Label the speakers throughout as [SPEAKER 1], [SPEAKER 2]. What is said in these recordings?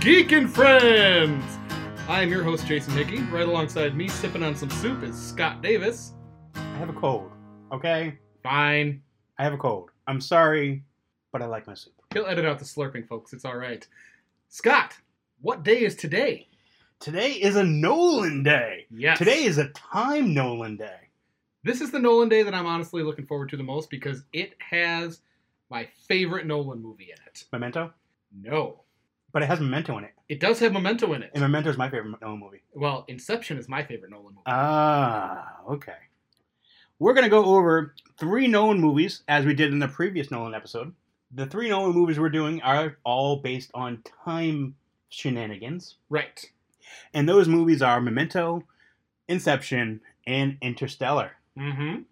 [SPEAKER 1] Geekin' Friends! I am your host, Jason Hickey. Right alongside me, sipping on some soup, is Scott Davis.
[SPEAKER 2] I have a cold. Okay?
[SPEAKER 1] Fine.
[SPEAKER 2] I have a cold. I'm sorry, but I like my soup.
[SPEAKER 1] He'll edit out the slurping, folks. It's all right. Scott, what day is today?
[SPEAKER 2] Today is a Nolan day.
[SPEAKER 1] Yes.
[SPEAKER 2] Today is a time Nolan day.
[SPEAKER 1] This is the Nolan day that I'm honestly looking forward to the most because it has my favorite Nolan movie in it.
[SPEAKER 2] Memento?
[SPEAKER 1] No.
[SPEAKER 2] But it has Memento in it.
[SPEAKER 1] It does have Memento in it.
[SPEAKER 2] And Memento is my favorite Nolan movie.
[SPEAKER 1] Well, Inception is my favorite Nolan
[SPEAKER 2] Uh,
[SPEAKER 1] movie.
[SPEAKER 2] Ah, okay. We're going to go over three Nolan movies as we did in the previous Nolan episode. The three Nolan movies we're doing are all based on time shenanigans.
[SPEAKER 1] right.
[SPEAKER 2] And those movies are Memento, Inception, and Interstellar.
[SPEAKER 1] Mm hmm.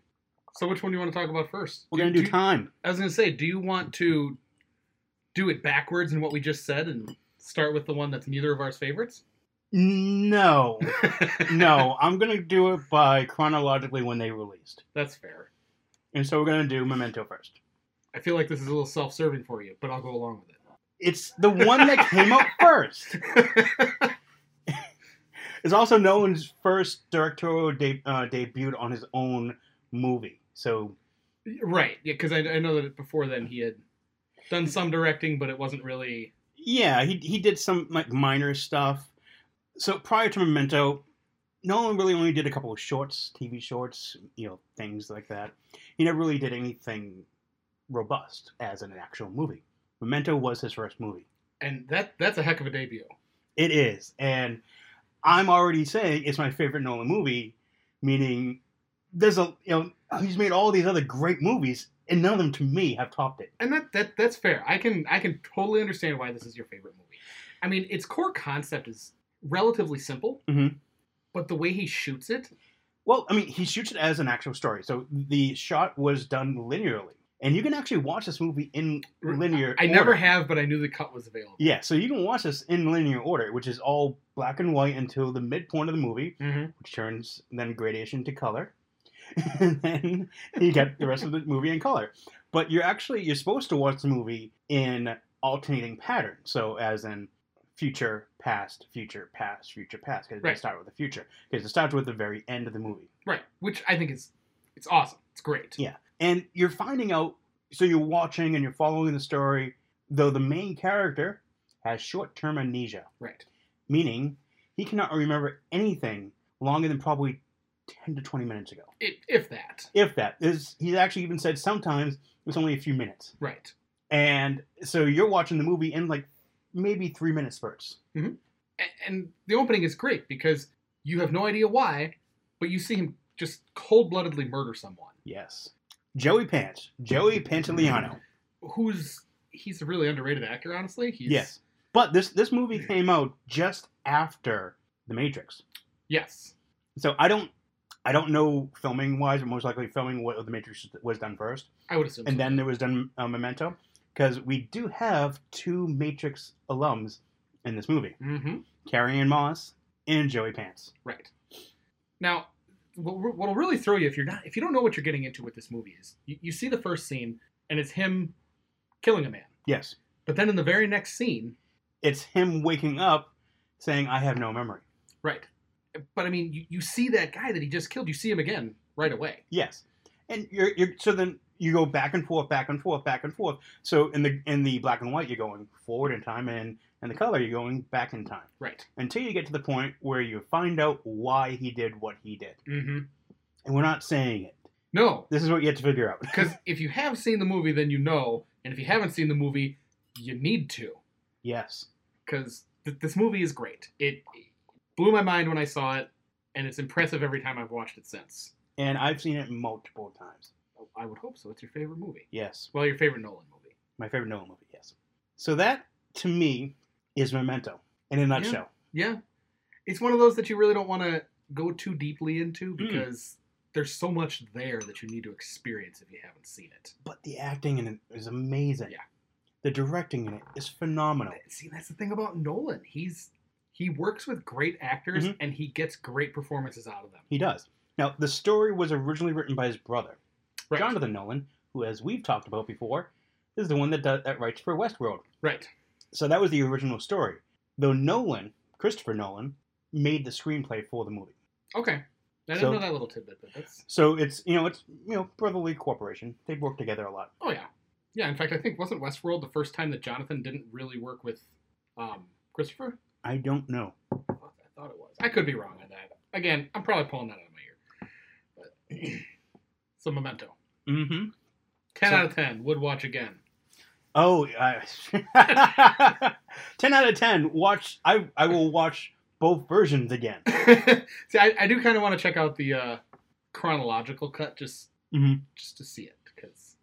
[SPEAKER 1] So, which one do you want to talk about first?
[SPEAKER 2] We're going to do
[SPEAKER 1] you-
[SPEAKER 2] time.
[SPEAKER 1] I was gonna say, do you want to do it backwards in what we just said and start with the one that's neither of our favorites?
[SPEAKER 2] No. no, I'm going to do it by chronologically when they released.
[SPEAKER 1] That's fair.
[SPEAKER 2] And so we're going to do Memento first.
[SPEAKER 1] I feel like this is a little self-serving for you, but I'll go along with
[SPEAKER 2] It's the one that came out first.
[SPEAKER 1] it.
[SPEAKER 2] It's also Nolan's first directorial de- uh, debut on his own movie. So,
[SPEAKER 1] right? Yeah, because I, I know that before then he had done some directing, but it wasn't really
[SPEAKER 2] yeah, he, he did some like minor stuff. So prior to Memento, Nolan really only did a couple of shorts, TV shorts, you know, things like that. He never really did anything robust as an actual movie. Memento was his first movie.
[SPEAKER 1] and that that's a heck of a debut.
[SPEAKER 2] It is, and I'm already saying it's my favorite Nolan movie. Meaning, there's a you know he's made all these other great movies, and none of them to me have topped it.
[SPEAKER 1] And that, that that's fair. I can I can totally understand why this is your favorite movie. I mean, its core concept is relatively simple,
[SPEAKER 2] Mhm.
[SPEAKER 1] but the way he shoots it
[SPEAKER 2] Well, I mean, he shoots it as an actual story, so the shot was done linearly, and you can actually watch this movie in linear.
[SPEAKER 1] I never
[SPEAKER 2] order.
[SPEAKER 1] have, but I knew the cut was available.
[SPEAKER 2] Yeah, so you can watch this in linear order, which is all black and white until the midpoint of the movie,
[SPEAKER 1] Mm-hmm.
[SPEAKER 2] which turns then gradation to color, and then you get the rest of the movie in color. But you're actually you're supposed to watch the movie in alternating pattern, so as in future, past, future, past, future, past. Because
[SPEAKER 1] Right.
[SPEAKER 2] they start with the future. Because it starts with the very end of the movie,
[SPEAKER 1] Right, which I think is it's awesome. It's great.
[SPEAKER 2] Yeah. and you're finding out. So you're watching and you're following the story, though the main character has short-term amnesia.
[SPEAKER 1] Right.
[SPEAKER 2] meaning he cannot remember anything longer than probably 10 to 20 minutes ago.
[SPEAKER 1] If if that.
[SPEAKER 2] If that is, he's actually even said sometimes it's only a few minutes.
[SPEAKER 1] Right.
[SPEAKER 2] And so you're watching the movie in like maybe three minute spurts.
[SPEAKER 1] And, and the opening is great because you have no idea why, but you see him just cold bloodedly murder someone
[SPEAKER 2] Yes. Joey Pants, Joey Pantoliano.
[SPEAKER 1] who's he's a really underrated actor. Honestly, he's
[SPEAKER 2] Yes. But this this movie came out just after The Matrix.
[SPEAKER 1] yes,
[SPEAKER 2] So I don't I don't know filming wise, but most likely filming what The Matrix was done first.
[SPEAKER 1] I would assume.
[SPEAKER 2] and
[SPEAKER 1] so.
[SPEAKER 2] then there was done uh, Memento because we do have two Matrix alums in this movie:
[SPEAKER 1] hmm
[SPEAKER 2] Carrie Ann Moss and Joey Pants.
[SPEAKER 1] Right. Now, what what'll really throw you if you're not if you don't know what you're getting into with this movie is you, you see the first scene and it's him killing a man,
[SPEAKER 2] Yes,
[SPEAKER 1] but then in the very next scene,
[SPEAKER 2] it's him waking up saying, "I have no memory."
[SPEAKER 1] right. But I mean, you, you see that guy that he just killed. You see him again right away.
[SPEAKER 2] Yes, and you're, you're so then you go back and forth, back and forth, back and forth. So in the in the black and white, you're going forward in time, and in the color, you're going back in time
[SPEAKER 1] Right.
[SPEAKER 2] until you get to the point where you find out why he did what he did.
[SPEAKER 1] Mm-hmm.
[SPEAKER 2] And we're not saying it.
[SPEAKER 1] No,
[SPEAKER 2] This is what you have to figure out.
[SPEAKER 1] because if you have seen the movie, then you know, and if you haven't seen the movie, you need to,
[SPEAKER 2] yes.
[SPEAKER 1] because th- this movie is great. It blew my mind when I saw it, and it's impressive every time I've watched it since.
[SPEAKER 2] and I've seen it multiple times.
[SPEAKER 1] I would hope so. It's your favorite movie.
[SPEAKER 2] Yes,
[SPEAKER 1] Well, your favorite Nolan movie.
[SPEAKER 2] my favorite Nolan movie. Yes, so that to me is Memento in a nutshell.
[SPEAKER 1] Yeah, it's one of those that you really don't want to go too deeply into because there's so much there that you need to experience if you haven't seen it.
[SPEAKER 2] But the acting in it is amazing.
[SPEAKER 1] Yeah.
[SPEAKER 2] the directing in it is phenomenal.
[SPEAKER 1] See, that's the thing about Nolan. He's he works with great actors
[SPEAKER 2] Mhm.
[SPEAKER 1] and he gets great performances out of them.
[SPEAKER 2] He does. Now the story was originally written by his brother
[SPEAKER 1] Right.
[SPEAKER 2] Jonathan Nolan, who, as we've talked about before, is the one that does, that writes for Westworld.
[SPEAKER 1] Right.
[SPEAKER 2] So that was the original story. Though Nolan, Christopher Nolan, made the screenplay for the movie.
[SPEAKER 1] Okay. I didn't
[SPEAKER 2] So-
[SPEAKER 1] know that little tidbit, but that's.
[SPEAKER 2] So it's you know it's you know brotherly cooperation. They work together a lot.
[SPEAKER 1] Oh yeah, yeah. In fact, I think wasn't Westworld the first time that Jonathan didn't really work with um, Christopher?
[SPEAKER 2] I don't know.
[SPEAKER 1] I thought I thought it was. I could be wrong on that. Again, I'm probably pulling that out of my ear. But it's a memento.
[SPEAKER 2] Mm-hmm.
[SPEAKER 1] Ten
[SPEAKER 2] So-
[SPEAKER 1] out of ten. Would watch again.
[SPEAKER 2] Oh, I, ten out of ten. Watch. I I will watch both versions again.
[SPEAKER 1] See, I, I do kind of want to check out the uh, chronological cut just
[SPEAKER 2] Mhm.
[SPEAKER 1] just to see it because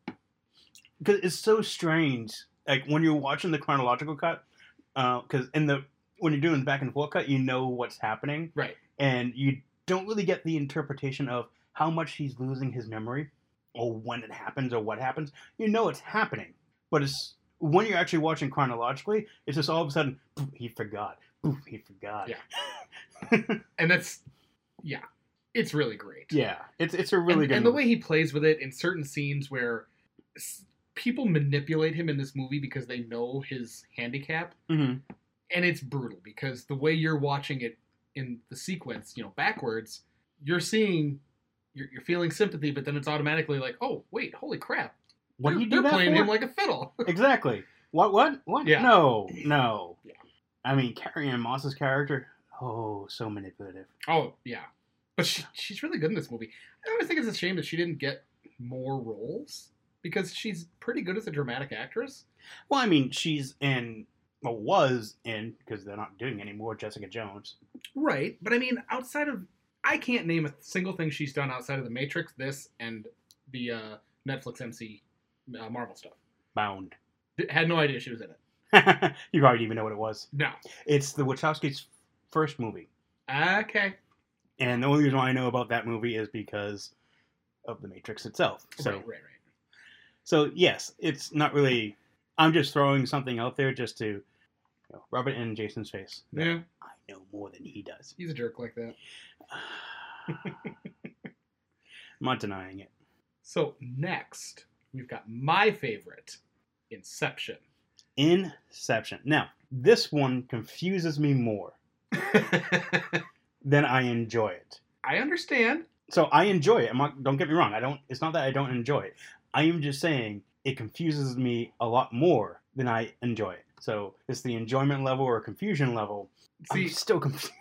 [SPEAKER 2] because it's so strange. Like when you're watching the chronological cut, because in the when you're doing the back and forth cut, you know what's happening,
[SPEAKER 1] Right.
[SPEAKER 2] And you don't really get the interpretation of how much he's losing his memory, or when it happens, or what happens. You know it's happening, but it's when you're actually watching chronologically, it's just all of a sudden "Poof, he forgot, Poof, he forgot.
[SPEAKER 1] Yeah. and that's yeah, it's really great.
[SPEAKER 2] yeah. It's it's a really
[SPEAKER 1] and,
[SPEAKER 2] good.
[SPEAKER 1] and the
[SPEAKER 2] movie.
[SPEAKER 1] way he plays with it in certain scenes where s- people manipulate him in this movie because they know his handicap
[SPEAKER 2] Mhm.
[SPEAKER 1] and it's brutal because the way you're watching it in the sequence you know backwards you're seeing you're, you're feeling sympathy but then it's automatically like oh wait holy crap
[SPEAKER 2] What do
[SPEAKER 1] they're,
[SPEAKER 2] you do
[SPEAKER 1] they're
[SPEAKER 2] that
[SPEAKER 1] playing
[SPEAKER 2] for?
[SPEAKER 1] him like a fiddle
[SPEAKER 2] Exactly. What? What? What?
[SPEAKER 1] Yeah.
[SPEAKER 2] No. No.
[SPEAKER 1] Yeah.
[SPEAKER 2] I mean, Carrie Ann Moss's character. Oh, so manipulative.
[SPEAKER 1] oh yeah but she, she's really good in this movie i always think it's a shame that she didn't get more roles because she's pretty good as a dramatic actress
[SPEAKER 2] Well, I mean, she's in. Well, was in because they're not doing any more. Jessica Jones.
[SPEAKER 1] Right, but I mean, outside of I can't name a single thing she's done outside of The Matrix, this, and the uh, Netflix MC uh, Marvel stuff.
[SPEAKER 2] Bound.
[SPEAKER 1] D- had no idea she was in it.
[SPEAKER 2] you probably didn't even know what it was.
[SPEAKER 1] No.
[SPEAKER 2] It's the Wachowskis' first movie,
[SPEAKER 1] Okay.
[SPEAKER 2] and the only reason why I know about that movie is because of The Matrix itself. So,
[SPEAKER 1] right, right, right.
[SPEAKER 2] so yes, it's not really. I'm just throwing something out there just to you know, rub it in Jason's face.
[SPEAKER 1] Yeah,
[SPEAKER 2] I know more than he does.
[SPEAKER 1] he's a jerk like that.
[SPEAKER 2] I'm not denying it.
[SPEAKER 1] So next, we've got my favorite, Inception.
[SPEAKER 2] Inception. Now, this one confuses me more
[SPEAKER 1] I
[SPEAKER 2] than I enjoy it.
[SPEAKER 1] understand.
[SPEAKER 2] So I enjoy it. I'm not, don't get me wrong. I don't. It's not that I don't enjoy it. I am just saying it confuses me a lot more than I enjoy it. So it's the enjoyment level or confusion level. I'm
[SPEAKER 1] See,
[SPEAKER 2] still confused.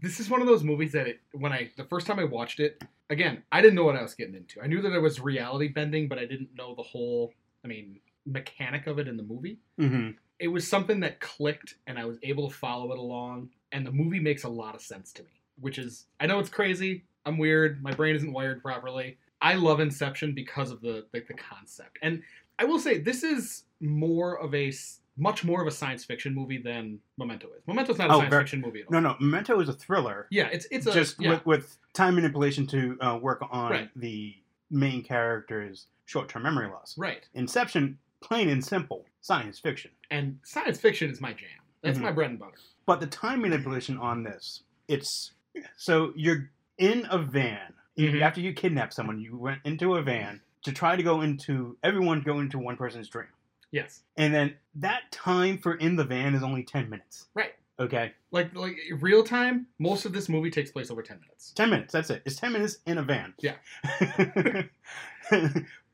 [SPEAKER 1] this is one of those movies that it, when I the first time I watched it, again, I didn't know what I was getting into. I knew that there was reality bending, but I didn't know the whole, I mean, mechanic of it in the movie.
[SPEAKER 2] hmm
[SPEAKER 1] It was something that clicked and I was able to follow it along and the movie makes a lot of sense to me, which is I know it's crazy, I'm weird, my brain isn't wired properly. I love Inception because of the like the concept. And I will say this is more of a s- much more of a science fiction movie than Memento is. Memento's not a
[SPEAKER 2] Oh,
[SPEAKER 1] science
[SPEAKER 2] very-
[SPEAKER 1] fiction movie at all.
[SPEAKER 2] No, no. Memento is a thriller.
[SPEAKER 1] Yeah, it's it's a
[SPEAKER 2] just
[SPEAKER 1] yeah.
[SPEAKER 2] with, with time manipulation to uh, work on
[SPEAKER 1] Right.
[SPEAKER 2] the main character's short-term memory loss.
[SPEAKER 1] Right.
[SPEAKER 2] Inception, plain and simple, science fiction.
[SPEAKER 1] And science fiction is my jam. That's
[SPEAKER 2] Mhm.
[SPEAKER 1] my bread and butter.
[SPEAKER 2] But the time manipulation on this, it's so you're in a van. You-
[SPEAKER 1] Mhm.
[SPEAKER 2] After you kidnap someone, you went into a van to try to go into everyone go into one person's dream.
[SPEAKER 1] Yes.
[SPEAKER 2] And then that time for in the van is only 10 minutes.
[SPEAKER 1] Right.
[SPEAKER 2] Okay.
[SPEAKER 1] Like like real time, most of this movie takes place over 10 minutes.
[SPEAKER 2] 10 minutes. That's it. It's 10 minutes in a van.
[SPEAKER 1] Yeah.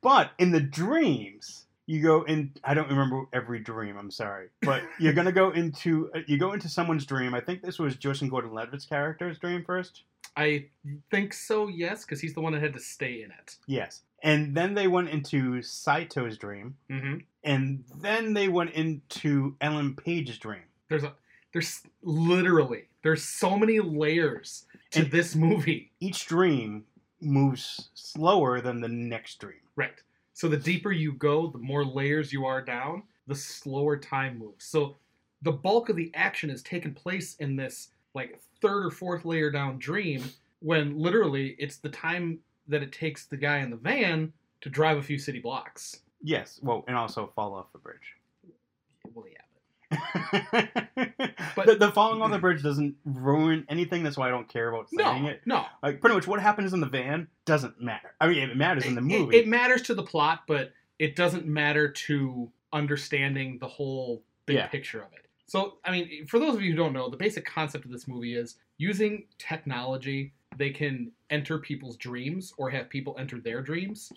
[SPEAKER 2] but in the dreams, you go in. I don't remember every dream. I'm sorry, but you're gonna go into uh, you go into someone's dream. I think this was Justin Gordon-Levitt's character's dream first.
[SPEAKER 1] I think so, yes, cuz he's the one that had to stay in it.
[SPEAKER 2] Yes, and then they went into Saito's dream,
[SPEAKER 1] Mhm.
[SPEAKER 2] and then they went into Ellen Page's dream.
[SPEAKER 1] There's a there's literally there's so many layers to
[SPEAKER 2] And-
[SPEAKER 1] this movie.
[SPEAKER 2] Each dream moves slower than the next dream.
[SPEAKER 1] Right. So the deeper you go, the more layers you are down, the slower time moves. So the bulk of the action is taking place in this like third or fourth layer down dream when literally it's the time that it takes the guy in the van to drive a few city blocks.
[SPEAKER 2] Yes, well, and also fall off the bridge.
[SPEAKER 1] Well, yeah.
[SPEAKER 2] but
[SPEAKER 1] But-
[SPEAKER 2] the, the falling off the bridge doesn't ruin anything. That's why I don't care about saying
[SPEAKER 1] No,
[SPEAKER 2] it.
[SPEAKER 1] no.
[SPEAKER 2] Like pretty much what happens in the van doesn't matter. I mean, it matters in the
[SPEAKER 1] It-
[SPEAKER 2] movie.
[SPEAKER 1] It, matters to the plot, but it doesn't matter to understanding the whole big
[SPEAKER 2] Yeah.
[SPEAKER 1] picture of it. So, I mean, for those of you who don't know, the basic concept of this movie is using technology, they can enter people's dreams or have people enter their dreams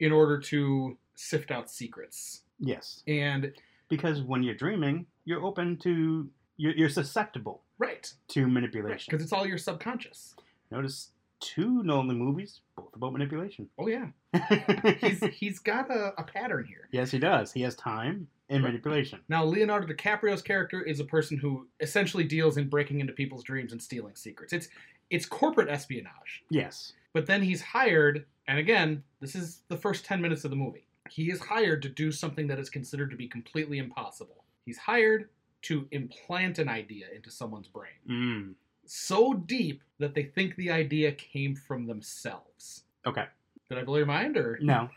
[SPEAKER 1] in order to sift out secrets.
[SPEAKER 2] Yes,
[SPEAKER 1] And,
[SPEAKER 2] because when you're dreaming, you're open to you're, you're susceptible
[SPEAKER 1] right,
[SPEAKER 2] to
[SPEAKER 1] because
[SPEAKER 2] manipulation.
[SPEAKER 1] it's all your subconscious.
[SPEAKER 2] Notice two Nolan movies, both about manipulation.
[SPEAKER 1] Oh, yeah. He's, he's got a, a pattern here.
[SPEAKER 2] yes, he does. He has time and
[SPEAKER 1] Right.
[SPEAKER 2] manipulation.
[SPEAKER 1] Now, Leonardo DiCaprio's character is a person who essentially deals in breaking into people's dreams and stealing secrets. It's it's corporate espionage.
[SPEAKER 2] Yes,
[SPEAKER 1] But then he's hired, and again, this is the first 10 minutes of the movie. He is hired to do something that is considered to be completely impossible. He's hired to implant an idea into someone's brain
[SPEAKER 2] mm.
[SPEAKER 1] so deep that they think the idea came from themselves.
[SPEAKER 2] Okay.
[SPEAKER 1] Did I blow your mind or
[SPEAKER 2] no,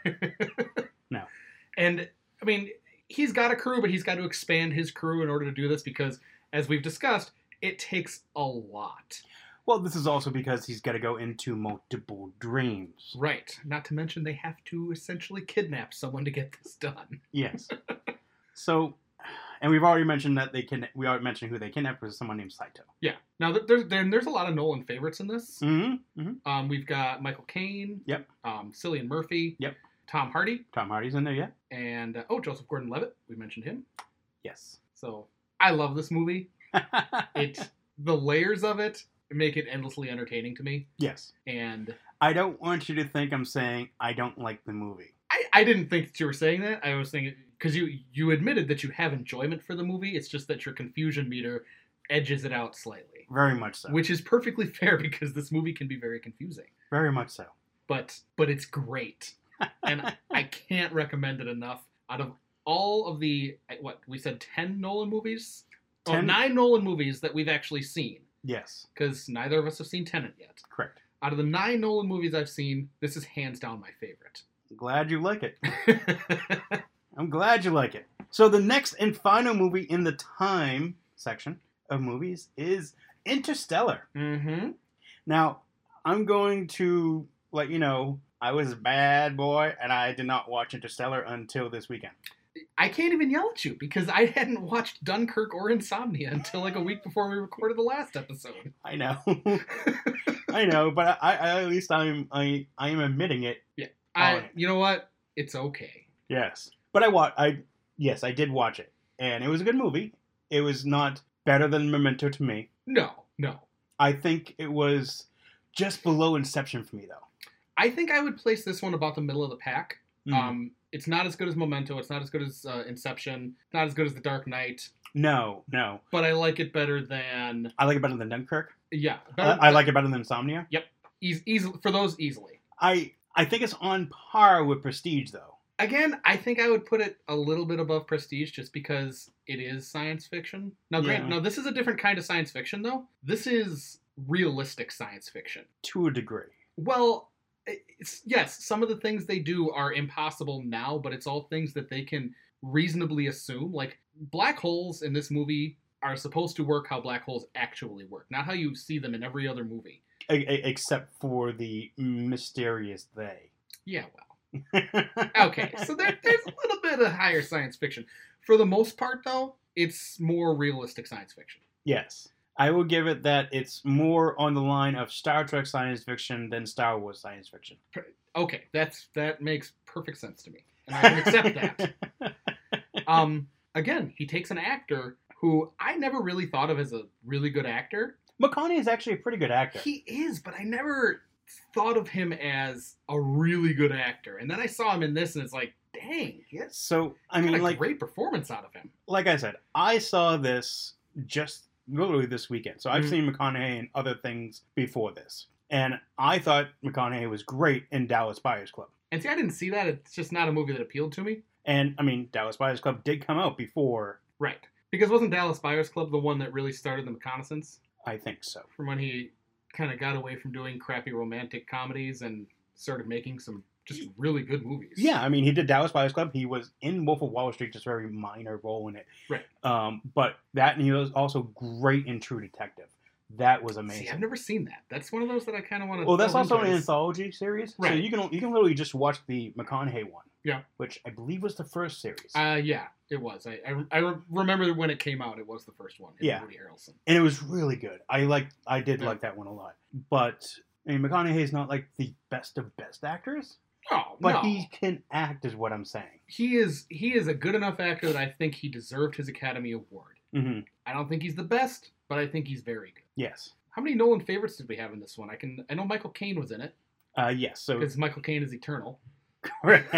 [SPEAKER 1] And I mean, he's got a crew, but he's got to expand his crew in order to do this because, as we've discussed, it takes a lot.
[SPEAKER 2] Well, this is also because he's got to go into multiple dreams.
[SPEAKER 1] Right. Not to mention they have to essentially kidnap someone to get this done.
[SPEAKER 2] Yes. so, and we've already mentioned that they can. We already mentioned who they kidnapped was someone named Saito.
[SPEAKER 1] Yeah. Now th- there's there, there's a lot of Nolan favorites in this.
[SPEAKER 2] Mm-hmm. mm-hmm.
[SPEAKER 1] Um, we've got Michael Caine.
[SPEAKER 2] Yep.
[SPEAKER 1] Um, Cillian Murphy.
[SPEAKER 2] Yep.
[SPEAKER 1] Tom Hardy
[SPEAKER 2] Tom Hardy's in there, yeah.
[SPEAKER 1] and uh, oh Joseph Gordon-Levitt. We mentioned him.
[SPEAKER 2] Yes.
[SPEAKER 1] So I love this movie. It the layers of it make it endlessly entertaining to me.
[SPEAKER 2] yes.
[SPEAKER 1] And
[SPEAKER 2] I don't want you to think I'm saying I don't like the movie.
[SPEAKER 1] I, I didn't think that you were saying that. I was thinking because you you admitted that you have enjoyment for the movie. It's just that your confusion meter edges it out slightly,
[SPEAKER 2] Very much so.
[SPEAKER 1] which is perfectly fair because this movie can be very confusing.
[SPEAKER 2] Very much so.
[SPEAKER 1] But but it's great, and I can't recommend it enough. Out of all of the what we said, ten Nolan movies, oh,
[SPEAKER 2] Ten-
[SPEAKER 1] nine Nolan movies that we've actually seen,
[SPEAKER 2] Yes.
[SPEAKER 1] because neither of us have seen Tenant yet.
[SPEAKER 2] Correct.
[SPEAKER 1] Out of the nine Nolan movies I've seen, this is hands down my
[SPEAKER 2] Glad you like it.
[SPEAKER 1] favorite.
[SPEAKER 2] I'm glad you like it. So the next and final movie in the time section of movies is Interstellar.
[SPEAKER 1] mm-hmm.
[SPEAKER 2] Now, I'm going to let you know I was a bad boy and I did not watch Interstellar until this weekend.
[SPEAKER 1] I can't even yell at you because I hadn't watched Dunkirk or Insomnia until like a week before we recorded the last episode.
[SPEAKER 2] I know. I know, but I, I at least I'm I, I am admitting it.
[SPEAKER 1] I,
[SPEAKER 2] Alright.
[SPEAKER 1] you know what? It's okay.
[SPEAKER 2] Yes. But I watch I yes, I did watch it. And it was a good movie. It was not better than Memento to me.
[SPEAKER 1] No, no.
[SPEAKER 2] I think it was just below Inception for me though.
[SPEAKER 1] I think I would place this one about the middle of the pack.
[SPEAKER 2] Mm.
[SPEAKER 1] Um, it's not as good as Memento. It's not as good as uh, Inception. Not as good as The Dark Knight.
[SPEAKER 2] no, no.
[SPEAKER 1] But I like it better than
[SPEAKER 2] I like it better than Dunkirk.
[SPEAKER 1] yeah. Better,
[SPEAKER 2] I, I like it better than Insomnia.
[SPEAKER 1] eas- eas- for those easily.
[SPEAKER 2] I I think it's on par with Prestige though.
[SPEAKER 1] Again, I think I would put it a little bit above Prestige just because it is science fiction. Now, grant,
[SPEAKER 2] Yeah.
[SPEAKER 1] now this is a different kind of science fiction, though. This is realistic science fiction.
[SPEAKER 2] To a degree.
[SPEAKER 1] Well, it's, yes, some of the things they do are impossible now, but it's all things that they can reasonably assume. Like black holes in this movie are supposed to work how black holes actually work, not how you see them in every other movie.
[SPEAKER 2] E- e- except for the mysterious they.
[SPEAKER 1] Yeah, well. okay, so there, there's a little bit of higher science fiction. For the most part, though, it's more realistic science fiction.
[SPEAKER 2] yes, I will give it that. It's more on the line of Star Trek science fiction than Star Wars science fiction.
[SPEAKER 1] Okay, that's that makes perfect sense to me, and I can accept that. Um, again, he takes an actor who I never really thought of as a really good actor.
[SPEAKER 2] McConaughey is actually a pretty good actor.
[SPEAKER 1] He is, but I never thought of him as a really good actor. And then I saw him in this, and it's like, dang, yes,
[SPEAKER 2] so I
[SPEAKER 1] I
[SPEAKER 2] mean,
[SPEAKER 1] a
[SPEAKER 2] like
[SPEAKER 1] great performance out of him.
[SPEAKER 2] like I said, I saw this just literally this weekend. So I've
[SPEAKER 1] Mhm.
[SPEAKER 2] seen McConaughey and other things before this, and I thought McConaughey was great in Dallas Buyers Club.
[SPEAKER 1] And see, I didn't see that. It's just not a movie that appealed to me.
[SPEAKER 2] And I mean, Dallas Buyers Club did come out before.
[SPEAKER 1] Right. Because wasn't Dallas Buyers Club the one that really started the reconnaissance
[SPEAKER 2] I think so.
[SPEAKER 1] from when he kind of got away from doing crappy romantic comedies and started making some just really good movies?
[SPEAKER 2] Yeah, I mean, he did Dallas Buyers Club. He was in Wolf of Wall Street, just a very minor role in it.
[SPEAKER 1] Right.
[SPEAKER 2] Um, but that, and he was also great in True Detective. That was
[SPEAKER 1] See, I've
[SPEAKER 2] amazing.
[SPEAKER 1] never seen that. That's one of those that I kind of want to.
[SPEAKER 2] well, that's also an anthology series, so
[SPEAKER 1] Right.
[SPEAKER 2] you can you can literally just watch the McConaughey one.
[SPEAKER 1] Yeah.
[SPEAKER 2] Which I believe was the first series.
[SPEAKER 1] Uh, yeah, it was. I, I, I re- remember when it came out, it was the first one. It
[SPEAKER 2] Yeah.
[SPEAKER 1] Woody Harrelson.
[SPEAKER 2] and it was really good. I like I did
[SPEAKER 1] Yeah.
[SPEAKER 2] like that one a lot. But I mean McConaughey's not like the best of best actors,
[SPEAKER 1] Oh,
[SPEAKER 2] but
[SPEAKER 1] no.
[SPEAKER 2] he can act is what I'm saying.
[SPEAKER 1] he is he is a good enough actor that I think he deserved his Academy Award.
[SPEAKER 2] Mm-hmm.
[SPEAKER 1] I don't think he's the best, but I think he's very good.
[SPEAKER 2] Yes.
[SPEAKER 1] How many Nolan favorites did we have in this one? I can I know Michael Caine was in it
[SPEAKER 2] Uh, yes. So
[SPEAKER 1] because Michael Caine is eternal.
[SPEAKER 2] correct.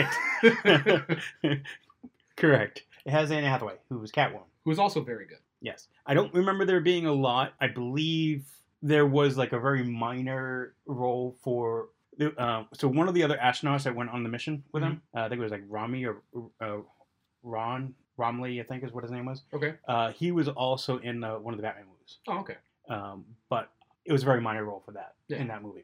[SPEAKER 2] correct. It has Anne Hathaway, who was Catwoman.
[SPEAKER 1] Who's also very good.
[SPEAKER 2] Yes. I don't remember there being a lot. I believe there was like a very minor role for. Uh, so one of the other astronauts that went on the mission with him, uh, I think it was like Rami or uh, Ron Romley, I think is what his name was.
[SPEAKER 1] Okay.
[SPEAKER 2] Uh, he was also in the, one of the Batman movies,
[SPEAKER 1] Oh, okay.
[SPEAKER 2] um, but it was a very minor role for that
[SPEAKER 1] Yeah.
[SPEAKER 2] in that movie.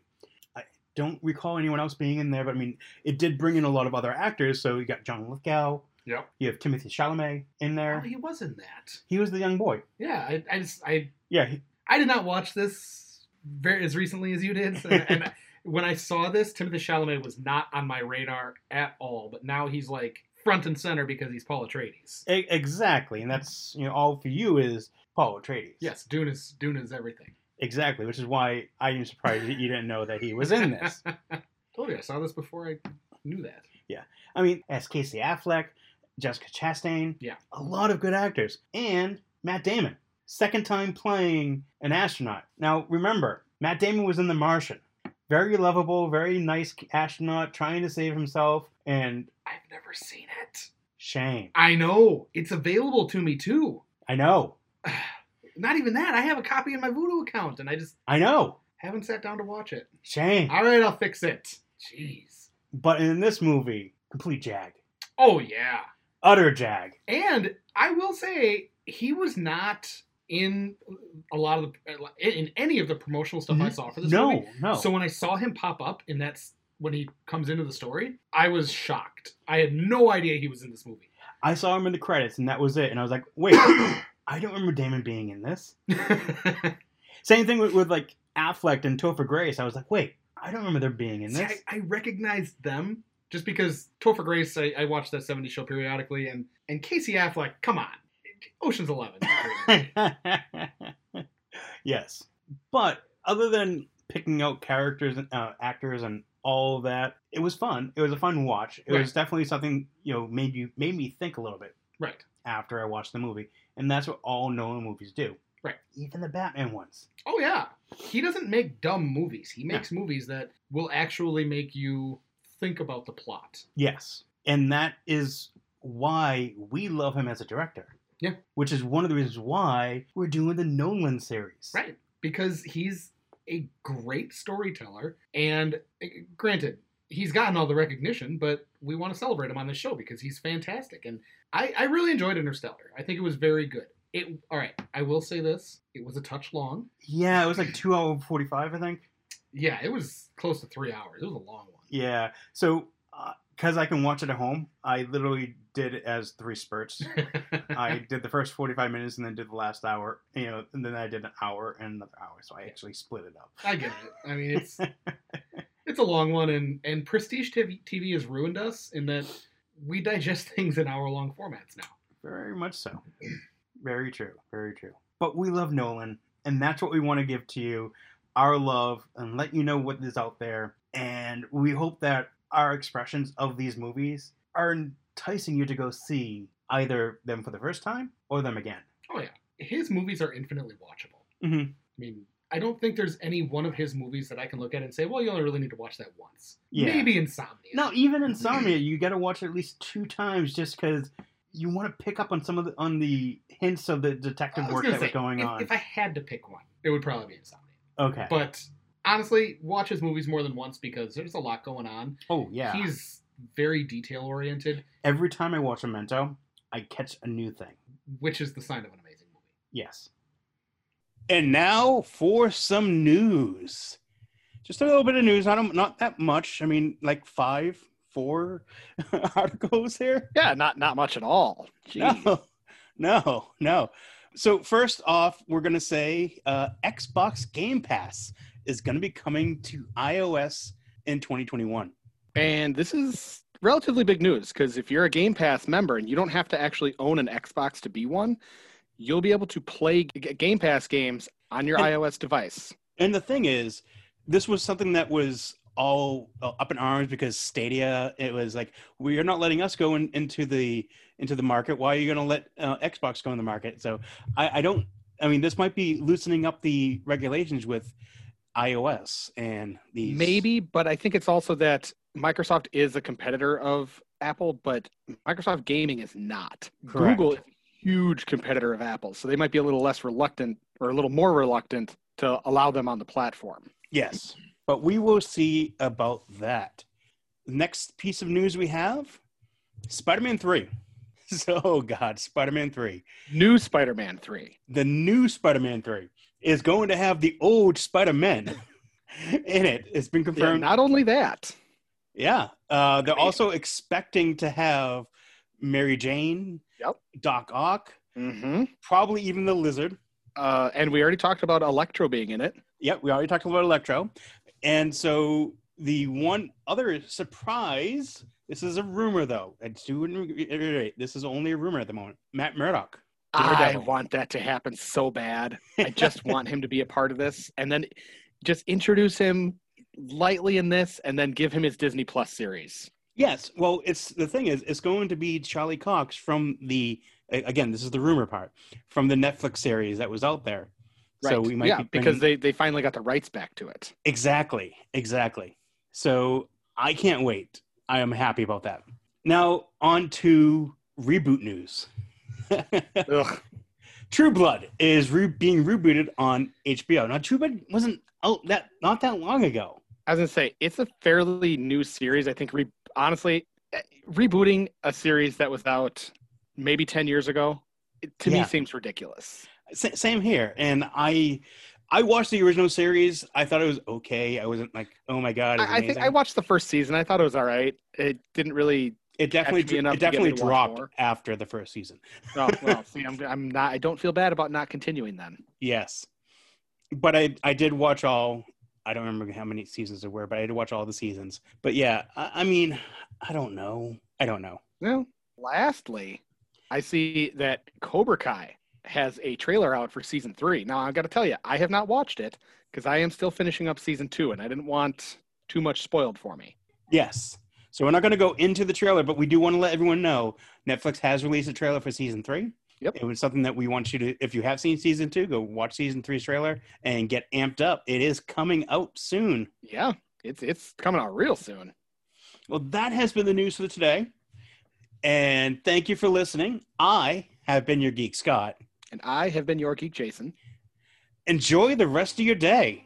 [SPEAKER 2] I don't recall anyone else being in there, but I mean, it did bring in a lot of other actors. So you got John Lithgow,
[SPEAKER 1] Yep.
[SPEAKER 2] you have Timothy Chalamet in
[SPEAKER 1] Oh,
[SPEAKER 2] there.
[SPEAKER 1] he was in that.
[SPEAKER 2] He was the young boy.
[SPEAKER 1] Yeah, I, I just I
[SPEAKER 2] Yeah, he,
[SPEAKER 1] I did not watch this very as recently as you did, so- and when I saw this, Timothy Chalamet was not on my radar at all. But now he's like front and center because he's Paul Atreides.
[SPEAKER 2] E- Exactly, and that's you know all for you is Paul Atreides.
[SPEAKER 1] Yes, Dune is Dune is everything.
[SPEAKER 2] exactly, which is why I am surprised that you didn't know that he was in this.
[SPEAKER 1] Told you I saw this before I knew that.
[SPEAKER 2] I mean, as Casey Affleck, Jessica Chastain,
[SPEAKER 1] Yeah.
[SPEAKER 2] a lot of good actors, and Matt Damon, second time playing an astronaut. Now remember, Matt Damon was in The Martian, very lovable, very nice astronaut trying to save himself, and
[SPEAKER 1] I've never seen it.
[SPEAKER 2] shame.
[SPEAKER 1] I know it's available to me too.
[SPEAKER 2] I know,
[SPEAKER 1] Not even that. I have a copy in my Voodoo account, and I just
[SPEAKER 2] I know,
[SPEAKER 1] haven't sat down to watch it.
[SPEAKER 2] shame.
[SPEAKER 1] All right, I'll fix it. Jeez.
[SPEAKER 2] But in this movie, complete jag,
[SPEAKER 1] Oh yeah.
[SPEAKER 2] utter jag.
[SPEAKER 1] And I will say he was not in a lot of the in any of the promotional stuff I saw for this
[SPEAKER 2] Mm-hmm. no,
[SPEAKER 1] movie.
[SPEAKER 2] No,
[SPEAKER 1] So when I saw him pop up in that s- when he comes into the story, I was shocked. I had no idea he was in this movie.
[SPEAKER 2] I saw him in the credits, and that was it. And I was like, wait, I don't remember Damon being in this. Same thing with, with like Affleck and Topher Grace. I was like, wait, I don't remember them being in
[SPEAKER 1] See,
[SPEAKER 2] this.
[SPEAKER 1] I, I recognized them just because Topher Grace. I, I watch that '70s show periodically, and and Casey Affleck. Come on, Ocean's Eleven.
[SPEAKER 2] yes, but other than picking out characters and uh, actors and all that, it was fun. It was a fun watch. It
[SPEAKER 1] Right.
[SPEAKER 2] was definitely something you know made you made me think a little bit
[SPEAKER 1] right.
[SPEAKER 2] after I watched the movie, and that's what all Nolan movies do.
[SPEAKER 1] Right.
[SPEAKER 2] Even the Batman ones.
[SPEAKER 1] Oh yeah. He doesn't make dumb movies. He makes movies that will actually make you think about the plot.
[SPEAKER 2] Yes. And that is why we love him as a director.
[SPEAKER 1] Yeah.
[SPEAKER 2] Which is one of the reasons why we're doing the Nolan series.
[SPEAKER 1] Right. Because he's a great storyteller and uh, granted, he's gotten all the recognition, but we want to celebrate him on this show because he's fantastic and I, I really enjoyed Interstellar. I think it was very good. It all right, I will say this. It was a touch long.
[SPEAKER 2] Yeah, it was like 2 hour 45, I think.
[SPEAKER 1] Yeah, it was close to 3 hours. It was a long one.
[SPEAKER 2] Yeah. So, because I can watch it at home, I literally did it as three spurts. I did the first 45 minutes and then did the last hour, you know, and then I did an hour and another hour. So I actually split it up.
[SPEAKER 1] I get it. I mean, it's it's a long one, and and prestige TV, TV has ruined us in that we digest things in hour long formats now.
[SPEAKER 2] Very much so. Very true. Very true. But we love Nolan, and that's what we want to give to you our love and let you know what is out there. And we hope that our expressions of these movies are enticing you to go see either them for the first time or them again.
[SPEAKER 1] His movies are infinitely watchable.
[SPEAKER 2] Mhm.
[SPEAKER 1] I mean, I don't think there's any one of his movies that I can look at and say, well, you only really need to watch that once.
[SPEAKER 2] Yeah.
[SPEAKER 1] Maybe Insomnia.
[SPEAKER 2] No, even Insomnia, you got to watch it at least two times just because you want to pick up on some of the on the hints of the detective
[SPEAKER 1] I was
[SPEAKER 2] work
[SPEAKER 1] gonna
[SPEAKER 2] that was
[SPEAKER 1] say,
[SPEAKER 2] going
[SPEAKER 1] if,
[SPEAKER 2] on.
[SPEAKER 1] If I had to pick one, it would probably be Insomnia.
[SPEAKER 2] okay.
[SPEAKER 1] But honestly, watch his movies more than once because there's a lot going on.
[SPEAKER 2] oh yeah.
[SPEAKER 1] He's very detail oriented,
[SPEAKER 2] Every time I watch Memento, I catch a new thing.
[SPEAKER 1] which is the sign of an amazing movie.
[SPEAKER 2] Yes. And now for some news. Just a little bit of news, not not that much. I mean, like five, four articles here.
[SPEAKER 3] Yeah, not not much at all. Jeez.
[SPEAKER 2] No, no, no. So first off, we're gonna say uh, Xbox Game Pass is gonna be coming to iOS in 2021.
[SPEAKER 3] And this is
[SPEAKER 1] relatively big news because if you're a Game Pass member and you don't have to actually own an Xbox to be one, you'll be able to play G- Game Pass games on your
[SPEAKER 2] And-
[SPEAKER 1] iOS device.
[SPEAKER 2] And the thing is, this was something that was all uh, up in arms because Stadia. It was like we are not letting us go in, into the into the market. Why are you going to let uh, Xbox go in the market? So I, I don't. I mean, this might be loosening up the regulations with iOS and these.
[SPEAKER 1] Maybe, but I think it's also that Microsoft is a competitor of Apple, but Microsoft Gaming is not.
[SPEAKER 2] Correct.
[SPEAKER 1] Google is a huge competitor of Apple, so they might be a little less reluctant or a little more reluctant to allow them on the platform.
[SPEAKER 2] Yes, but we will see about that. Next piece of news we have: Spider-Man Three. So oh God, Spider-Man Three.
[SPEAKER 1] New Spider-Man 3.
[SPEAKER 2] the new Spider-Man three is going to have the old Spider-Man in it. It's been
[SPEAKER 1] Yeah,
[SPEAKER 2] confirmed.
[SPEAKER 1] not only that,
[SPEAKER 2] Yeah, uh, they're
[SPEAKER 1] Amazing.
[SPEAKER 2] also expecting to have Mary Jane,
[SPEAKER 1] Yep.
[SPEAKER 2] Doc Ock,
[SPEAKER 1] hmm
[SPEAKER 2] probably even the Lizard.
[SPEAKER 1] uh, and we already talked about Electro being in it.
[SPEAKER 2] Yep, we already talked about Electro, and so the one other surprise. This is a rumor, though. I do reiterate. This is only a rumor at the moment. Matt Murdock.
[SPEAKER 1] I
[SPEAKER 2] Daredevil.
[SPEAKER 1] want that to happen so bad. I just want him to be a part of this, and then just introduce him lightly in this, and then give him his Disney Plus series.
[SPEAKER 2] Yes. Well, it's the thing is, it's going to be Charlie Cox from the a- again. This is the rumor part from the Netflix series that was out there. So we might
[SPEAKER 1] yeah,
[SPEAKER 2] be
[SPEAKER 1] because
[SPEAKER 2] bringing-
[SPEAKER 1] they they finally got the rights back to it.
[SPEAKER 2] exactly, exactly. So I can't wait. I am happy about that. Now on to reboot news.
[SPEAKER 1] Ugh.
[SPEAKER 2] True Blood is re- being rebooted on HBO. Now True Blood wasn't out that not that long ago.
[SPEAKER 1] I was gonna say it's a fairly new series. I think re- honestly, eh, rebooting a series that was out maybe ten years ago it, to
[SPEAKER 2] Yeah.
[SPEAKER 1] me seems ridiculous.
[SPEAKER 2] S- same here and i i watched the original series i thought it was okay i wasn't like oh my god it's
[SPEAKER 1] I, I think
[SPEAKER 2] amazing.
[SPEAKER 1] I watched the first season. I thought it was all right. It didn't really.
[SPEAKER 2] it definitely
[SPEAKER 1] catch me
[SPEAKER 2] dro-
[SPEAKER 1] enough
[SPEAKER 2] it
[SPEAKER 1] to get me
[SPEAKER 2] definitely
[SPEAKER 1] to watch
[SPEAKER 2] dropped
[SPEAKER 1] more.
[SPEAKER 2] after the first season
[SPEAKER 1] Oh well, see, I'm, I'm not. I don't feel bad about not continuing then.
[SPEAKER 2] yes but i i did watch all i don't remember how many seasons there were but i did watch all the seasons but yeah i, I mean i don't know i don't know
[SPEAKER 1] Well, lastly, I see that Cobra Kai has a trailer out for season three. Now, I've got to tell you, I have not watched it because I am still finishing up season two, and I didn't want too much spoiled for me.
[SPEAKER 2] yes so we're not going to go into the trailer but we do want to let everyone know netflix has released a trailer for season three
[SPEAKER 1] Yep.
[SPEAKER 2] it was something that we want you to if you have seen season two go watch season three's trailer and get amped up it is coming out soon
[SPEAKER 1] Yeah, it's it's coming out real soon.
[SPEAKER 2] well that has been the news for today and thank you for listening i have been your geek scott
[SPEAKER 1] And I have been your geek, Jason.
[SPEAKER 2] enjoy the rest of your day